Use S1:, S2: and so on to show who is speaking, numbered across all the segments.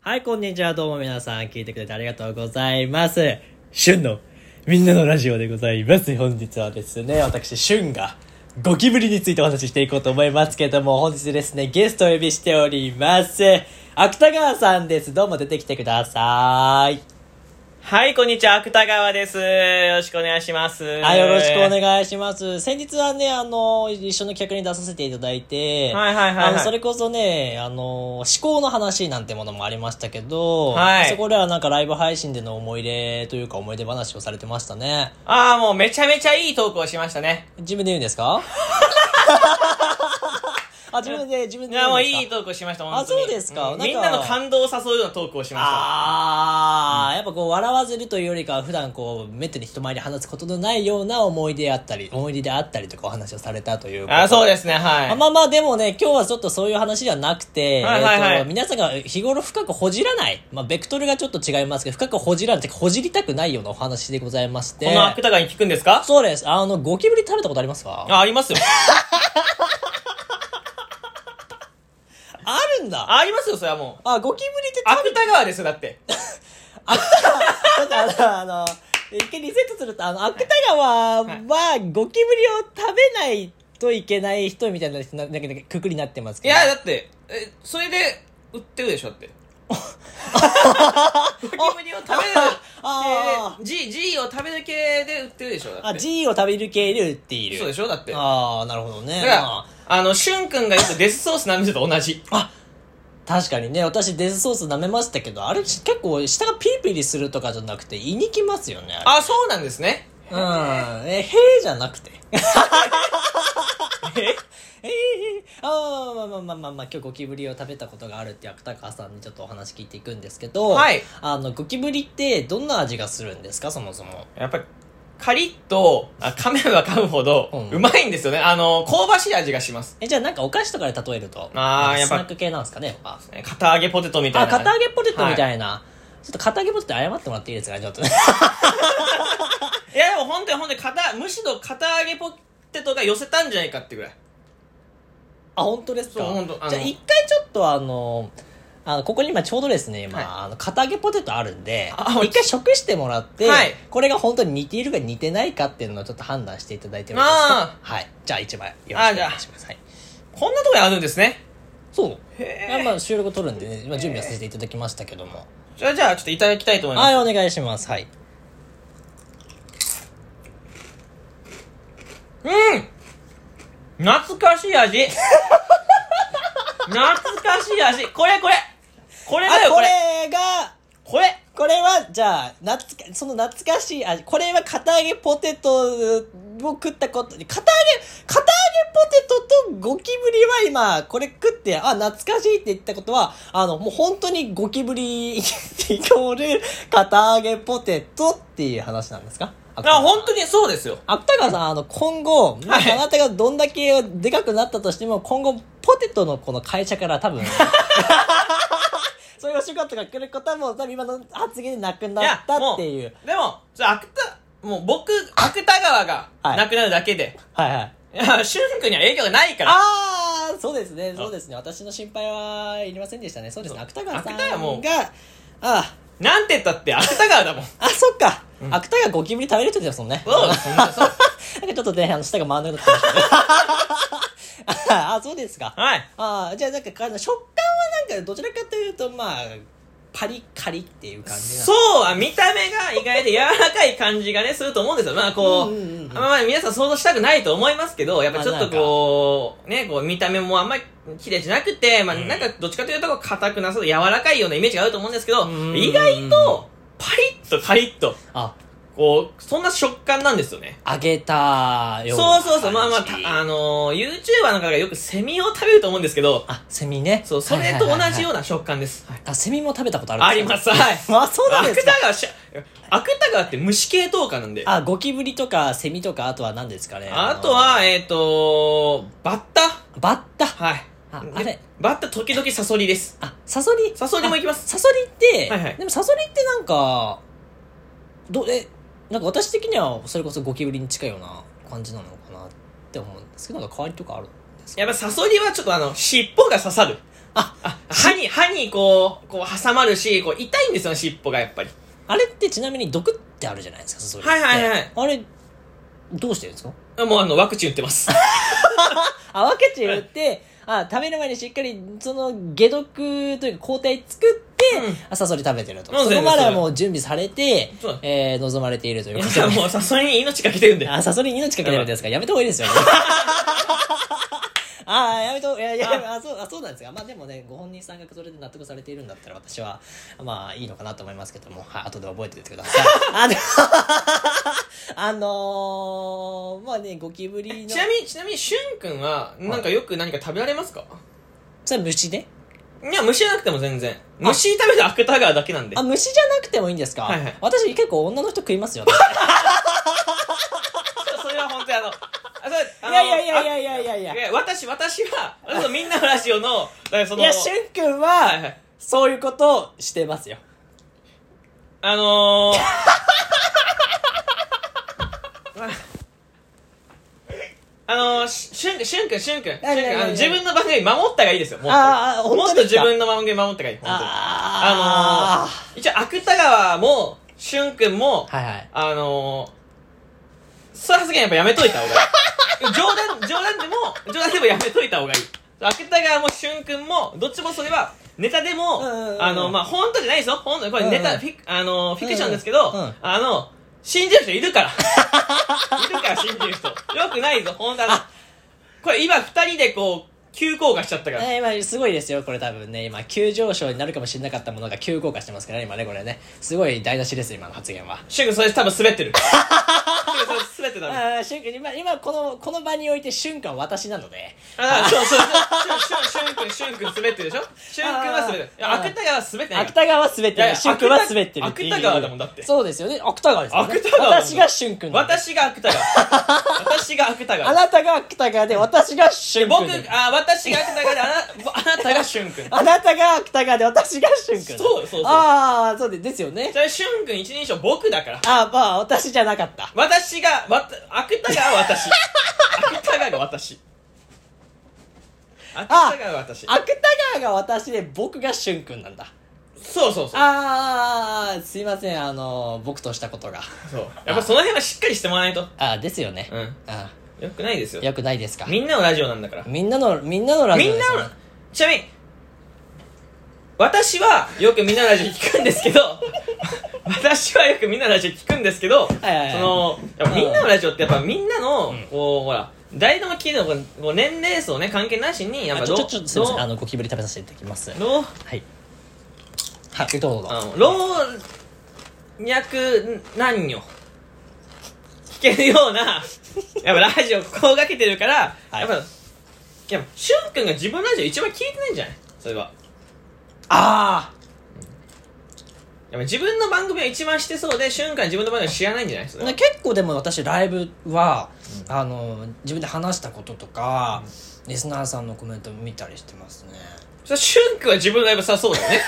S1: はい、こんにちは。どうも皆さん、聞いてくれてありがとうございます。旬のみんなのラジオでございます。本日はですね、私、旬がゴキブリについてお話ししていこうと思いますけども、本日ですね、ゲストをお呼びしております。芥川さんです。どうも出てきてください。
S2: はい、こんにちは、芥川です。よろしくお願いします。
S1: は、
S2: はい
S1: よろしくお
S2: いし
S1: 願いします。先日はね、あの、一緒の企画に出させていただいて、
S2: はいはいはいはい
S1: あの、それこそね、あの、思考の話なんてものもありましたけど、
S2: はい
S1: そこではなんかライブ配信での思い出というか思い出話をされてましたね。
S2: ああ、もうめちゃめちゃいいトークをしましたね。
S1: 自分で言うんです かあ、自分で、自分
S2: い
S1: で言
S2: や、
S1: うん
S2: もう
S1: ですか
S2: いいトークをしました、本当
S1: あ
S2: に
S1: そうですか
S2: ん
S1: なんか
S2: みんなの感動を誘うようなトークをしま
S1: あー、やっぱこう笑わずるというよりかは普段こうめったに人前で話すことのないような思い出あったり思い出であったりとかお話をされたという
S2: し
S1: こ
S2: た。
S1: と
S2: あそうですね、はい。
S1: あまあまあでもね今日はちょっとそういう話ではなくて、
S2: はいはいはい
S1: えーと皆さんが日頃深くほじらない、まあ、ベクトルがちょっと違いますけど深くほじらないってほじりたくないようなお話でございまして
S2: この芥川に聞くんですか
S1: そうですあのゴキブリ食べたことありますかあ
S2: あ、ありますよ。
S1: るんだあ
S2: あありますよ、それはもう。
S1: ゴキブリって食べ
S2: 芥川ですよ、だって。
S1: だってあのあの一回リセットするとあの芥川はゴキブリを食べないといけない人みたいなななんかくくりになってます
S2: い
S1: けど
S2: や、だって、え、それで売ってるでしょ、だって。 ゴキブリを食べる
S1: あ
S2: 系で、G、G を食べる系で売ってるでしょ、だって。
S1: あ G を食べる系で売っている
S2: そうでしょ、だって。
S1: ああなるほどね
S2: だから、
S1: まあ
S2: あの、しゅんくんが言うとデスソース舐めてると同じ。
S1: 確かにね私デスソース舐めましたけどあれ結構下がピリピリするとかじゃなくて胃にきますよねあ
S2: あ、そうなんですね。
S1: れうんえへーじゃなく てええー、あーまあまあまあまあ、まあ、今日ゴキブリを食べたことがあるって芥川さんにちょっとお話聞いていくんですけど、
S2: はい
S1: あのゴキブリってどんな味がするんですかそもそも
S2: やっぱり、カリッと、あ噛めば噛むほど
S1: うん、
S2: うまいんですよね。あの、香ばしい味がします。
S1: えじゃあなんかお菓子とかで例えると
S2: あー
S1: なんか
S2: やっぱ
S1: スナック系なんですかねあ
S2: ね片揚げポテトみたい
S1: あ
S2: な。
S1: 片揚げポテトみたいな、ちょっと片揚げポテト謝ってもらっていいですかねちょっとね
S2: いや、でも本当に本当に片、むしろ片揚げポテトが寄せたんじゃないかってぐらい。
S1: あ、本当ですか
S2: そう本当あの
S1: じゃあ一回ちょっとあの、あの、ここに今ちょうどですね、今、
S2: はい
S1: あの、片揚げポテトあるんで
S2: あ、おい
S1: 一回食してもらって、
S2: はい
S1: これが本当に似ているか似てないかっていうのをちょっと判断していただいてもいいですかはい。じゃあ一枚よろしくお願いします。はい。
S2: こんなとこにあるんですね。
S1: そう。
S2: へ
S1: あまあ収録撮るんでね、今準備はさせていただきましたけども。
S2: じゃあ、じゃあ、ちょっといただきたいと思います。
S1: はい、お願いします。はい。
S2: 懐かしい味。 懐かしい味。これこれ。これだ
S1: あ、
S2: よ、
S1: こ
S2: これ。
S1: れが、
S2: これ。
S1: これは、じゃあ、懐か、その懐かしい味、これは片揚げポテトを食ったこと、片揚げ、片揚げポテトとゴキブリは今、これ食って、あ、懐かしいって言ったことは、あの、もう本当に ゴキブリイコール、片揚げポテトっていう話なんですかあ
S2: あ、本当
S1: に。
S2: にそうですよ。
S1: 芥川さん、あの、今後、まあ、
S2: はい
S1: あなたがどんだけでかくなったとしても、今後、ポテトのこの会社から 多分、そういうお仕事が来ることも、多分今の発言でなくなったっていう。
S2: でも、それ、芥、もう僕、芥川が
S1: はい
S2: なくなるだけで、
S1: はいはい。
S2: い、や、俊君には影響がないから。
S1: あー、そうですね、そうですね。私の心配はいりませんでしたね。そうですね、芥川さん
S2: 芥川も
S1: が、あ、
S2: なんて言ったって芥川 だもん。そ
S1: あ、そっか。芥川ゴキブリ食べる人ですもんね。
S2: う、そんな、そう。
S1: なんかちょっとね、あの、舌が回んなくなってま したね。 あ、そうですか。
S2: はい。
S1: ああ、じゃあなんか、あの食感はなんか、どちらかというと、まあ、パリカリっていう感じな。
S2: そうは、見た目が意外で柔らかい感じがね、すると思うんですよ。まあ、こう、
S1: うんうんうんうん
S2: まあまあ、皆さん想像したくないと思いますけど、やっぱちょっとこう、ね、こう、見た目もあんまり綺麗じゃなくて、まあ、なんか、どっちかというと、硬くなさそう、柔らかいようなイメージがあると思うんですけど、
S1: うん
S2: 意外と、パリッとカリッと、
S1: あ、
S2: こう、そんな食感なんですよね。
S1: 揚げたような
S2: そ
S1: 感
S2: う
S1: じ。
S2: そうそう、まあまあ、たあのー、YouTuber の方がよくセミを食べると思うんですけど、
S1: あ、セミね。
S2: そう、それと同じような食感です。はい
S1: な。あ、セミも食べたことある。
S2: ありますす、 はい。
S1: あ、そうなんですか。
S2: 芥川し、芥川って虫系統かなんで。あ
S1: あ、ゴキブリとかセミとか、あとは何ですかね。の
S2: とは、、えっ、とバッタ
S1: バッタ。
S2: はい。
S1: あ
S2: で
S1: あれ
S2: バッタ時々サソリです。
S1: あ、サソリ。
S2: サソリも行きます。
S1: サソリって、
S2: はいはい
S1: でもサソリってなんか、ど、え、なんか私的にはそれこそゴキブリに近いような感じなのかなって思うんですけど、なんか代わりとかある
S2: やっぱサソリはちょっとあの、尻尾が刺さる。
S1: あ、
S2: 歯に、歯にこう、こう挟まるし、こう痛いんですよ、尻尾がやっぱり。
S1: あれってちなみに毒ってあるじゃないですか、それって
S2: はいはいはい
S1: あれ、どうしてるんですか
S2: もうあの、ワクチン打ってます。
S1: あ、分けて言って、あ、食べる前にしっかり、その、解毒というか抗体作って、
S2: うん
S1: 朝それ食べてると。
S2: そう
S1: そ
S2: です
S1: こまではもう準備されて
S2: そう、
S1: えー、望まれているという
S2: い
S1: こと
S2: や、もうさ、それに命かけてるんで。
S1: で。あ、サソリに命かけてるんですかやめた方がいい ですよ、ね。ああ、やめと、いやいや、あそう、あ、そうなんですが。まあでもね、ご本人さんがそれで納得されているんだったら私は、まあいいのかなと思いますけども、はい、後で覚えておいてくだ さい。あであのー、まあね、ゴキブリの
S2: ち、なみに、ちなみに、しゅんくんは、なんかよく何か食べられますか
S1: それ虫ね。
S2: いや、虫じゃなくても全然。虫食べた芥川だけなんで
S1: あ、。虫じゃなくてもいいんですか、
S2: はいはい
S1: 私結構女の人食いますよ、
S2: それは本当 にあの、あそれ あ
S1: い
S2: の
S1: やいやいやいやいやいやいや
S2: あいや私、私は、あのみんなのラジオの、だからそ
S1: い
S2: の、
S1: や、しゅんくん
S2: はいは
S1: は、
S2: い。
S1: そういうことをしてますよ。
S2: あのー、 あのー、ししゅんくん、しゅんくん、しゅんくん、しゅんくん
S1: 何何
S2: あの
S1: 何
S2: 自分の番組守ったがいいですよ、もっと。
S1: あーあー本
S2: もっ
S1: 当
S2: と
S1: です
S2: 自
S1: か
S2: 分の番組守ったがいい、本当に。
S1: あ
S2: あのー、一応、芥川も、しゅんくんも、
S1: ー、はいはい。
S2: あのー、そういう発言やっぱやめといた 方がいい。冗談、冗談でも、冗談でもやめといた方がいい。芥川も俊君も、どっちもそれは、ネタでも、
S1: うんうんうん
S2: あの、まあ、本当じゃないですよ。本当これネタ、
S1: うんうん
S2: フィク、あの、フィクションですけど、
S1: うんうん
S2: あの、信じる人いるから。いるから信じる人。よくないぞ、本当あのこれ今二人でこう、急降下しちゃったから。
S1: えー、今すごいですよ、これ多分ね、今、急上昇になるかもしれなかったものが急降下してますからね、今ね、これね。すごい台無しです、今の発言は。
S2: 俊君それ多分 滑ってる。俊君それ滑ってたの。
S1: ああ、しゅんくん、今、今この、この場において、しゅんくんは私なので。
S2: あそうそうそう。しゅんくん、しゅんくん滑ってるでしょしゅんくんは滑ってる。いや
S1: あー
S2: 芥川は滑ってないから。
S1: 芥川は滑って
S2: いやい
S1: る。
S2: や
S1: しゅんくんは滑ってるっていう。
S2: 芥川だもんだって
S1: そうですよね、芥川ですよ、ね。
S2: 芥川だもん
S1: 私がしゅんくんなんで
S2: 私が芥川。私が芥
S1: あ
S2: 川。
S1: なたが芥川で、私がしゅんくん
S2: 僕
S1: です。、
S2: あ、私が芥川で、あな、あなたがしゅんくん。
S1: あなたが芥川で私が俊君
S2: そうそうそう
S1: ああそうでですよね
S2: それ、しゅんくん一人称僕だから。
S1: ああまあ私じゃなかった
S2: 私が、わた、芥川は私。芥川が私。芥川が私。
S1: 芥川が私で僕が俊君なんだ
S2: そうそうそう。
S1: ああすいませんあの僕とした ことが
S2: そう。やっぱその辺はしっかりしてもらわないと。
S1: ああですよね、
S2: うん。
S1: あ
S2: よくないです
S1: あ
S2: よ。
S1: よくないですか
S2: みんなのラジオなんだから。
S1: みんなのみんなのラジ
S2: み
S1: オで
S2: んな
S1: すよ
S2: の、ちなみに、私はよくみんなのラジオ聞くんですけ ど、私はよくみんなのラジオ聞くんですけど、
S1: はいはいはい
S2: その、やっぱみんなのラジオってやっぱみんなの、こう、ほら、誰でも聞いてるの、こう年齢層ね、関係なしに、やっ
S1: あ
S2: ぱ
S1: ちょ
S2: ど
S1: ちょ
S2: う
S1: ちょすいませんあのゴキブリ食べさせていただきますは
S2: 老、
S1: いはいどうぞどうぞ
S2: あの老若男女、聞けるよ うな、やっぱラジオ心がけてるから、
S1: はい
S2: やっぱ、いや、しゅんくんが自分のラジオ一番聞いてないんじゃないそれは。
S1: あ
S2: やっぱ自分の番組を一番してそうで瞬間自分の番組を知らないんじゃないです
S1: あ
S2: か
S1: ね結構でも私ライブは、あの自分で話したこととか、リスナーさんのコメント見たりしてますね
S2: それシュン君は自分のライブさそう だよね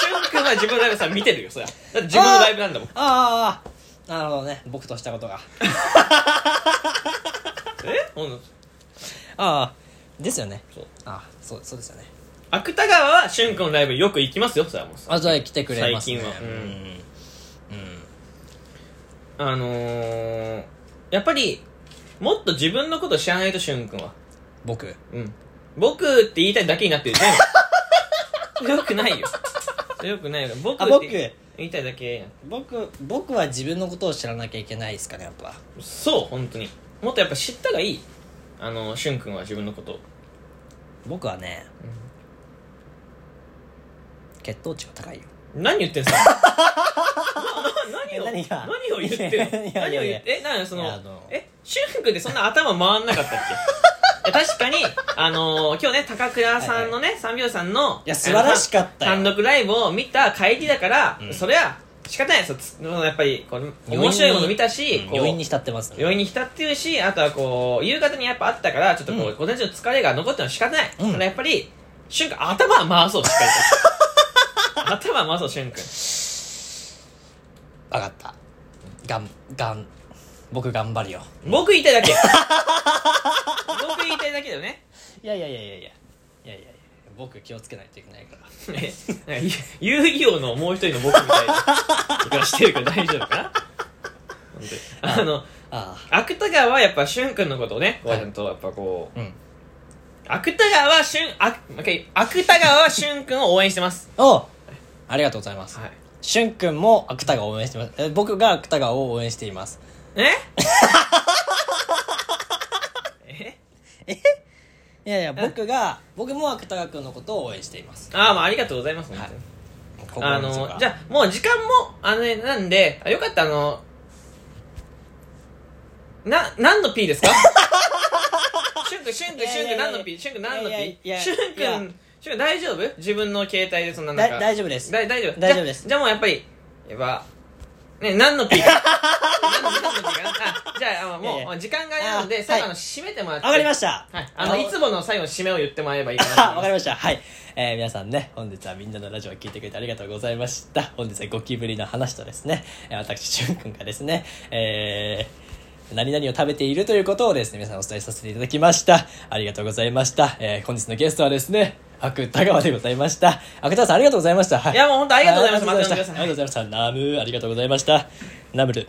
S2: シュン君は自分のライブさ見てるよそりゃだって自分のライブなんだもん
S1: ああなるほどね僕としたことがあ
S2: えほんの
S1: あですよね
S2: そう
S1: ああそうそうですよね
S2: 芥川はシュン君のライブよく行きますよそれはもうさ
S1: あじゃあ来てくれますね
S2: 最近はうん
S1: うん、うん
S2: あのー、やっぱりもっと自分のことを知らないとシュン君は
S1: 僕
S2: うん僕って言いたいだけになってるじ ゃんよくないよよくないよ僕
S1: あ
S2: っ
S1: 僕
S2: て言いたいだけやん
S1: 僕僕は自分のことを知らなきゃいけないですかねやっぱ
S2: そう本当にもっとやっぱ知ったがいいあのしゅんくんは自分のことを
S1: 僕はね、血糖値が高いよ
S2: 何言って んすかなな何を
S1: え何が
S2: 何を言ってん
S1: いやいやいやい
S2: の何
S1: や
S2: を言ってえ何そ
S1: い
S2: の
S1: やあの
S2: えしゅんくんってそんな頭回んなかったっけ いや確かにあのー今日ね高倉さんのね三秒さんの
S1: いや素晴らしかったよ
S2: 単独ライブを見た帰りだから、
S1: うん
S2: それは仕方ないですよつやっぱりこう
S1: 余韻に
S2: 面白いもの見たし、こう
S1: 余韻に浸ってますね
S2: 余韻に浸ってるしあとはこう夕方にやっぱあったからちょっとこう、
S1: うん
S2: 午前中の疲れが残ってるのは仕方ない、
S1: うん
S2: だからやっぱり瞬間頭は回そうしっ かりと頭は回そう瞬間
S1: 分かったがんがん僕頑張るよ
S2: 僕言いたいだけ僕言いたいだけだよね
S1: いやいやいやいやいやいやいやいや僕気をつけないといけないから
S2: えなんか遊戯王のもう一人の僕みたいな僕がしてるから大丈夫かな本当にあの
S1: あ
S2: 芥川はやっぱ俊君のことをねこう
S1: はい
S2: ちゃんとやっぱこう、
S1: うん
S2: 芥川は俊あもう一回芥川は俊君を応援してます、
S1: あおうありがとうございます
S2: はい、
S1: しゅんくんも芥川を応援してますえ僕が芥川を応援しています
S2: え え
S1: いやいや僕が僕も芥川くんのことを応援しています
S2: ああまあありがとうございます、本当に
S1: はい
S2: あのじ
S1: あ
S2: ゃあもう時間もあの、ね、なんであよかったあのな何の P で すかしゅんくんしゅんくんしゅんくん何の P しゅんくん何の
S1: いやい
S2: P
S1: やいや
S2: しゅんく
S1: いや
S2: んしゅんくん大丈夫自分の携帯でそんななん
S1: だ
S2: か
S1: 大丈夫です
S2: だ大丈夫
S1: 大丈夫です
S2: じゃあじゃあもうやっぱりやっぱね何の P か何の何の P かなあじゃああのもう
S1: いやいや
S2: あ時間があれなの
S1: あ
S2: で最後
S1: は
S2: の締めてもらって
S1: わかりま
S2: し
S1: した
S2: はい、あのいつもの最後の締めを言ってもらえばいいかなと思い
S1: あ
S2: ま す
S1: わかりました。はい。えー皆さんね、本日はみんなのラジオを聞いてくれてありがとうございました。本日はゴキブリの話とですね、えー私、しゅんくんがですね、えー何々を食べているということをですね、皆さんお伝えさせていただきました。ありがとうございました。えー本日のゲストはですね、芥川でございました。芥川さんありがとうございました。はい
S2: いやもう本当ありがとうございます
S1: ありがとうございま
S2: また
S1: した。あ
S2: 呼ん
S1: りがとうございました。ナム、あ
S2: で
S1: りがとうございました。ナムル。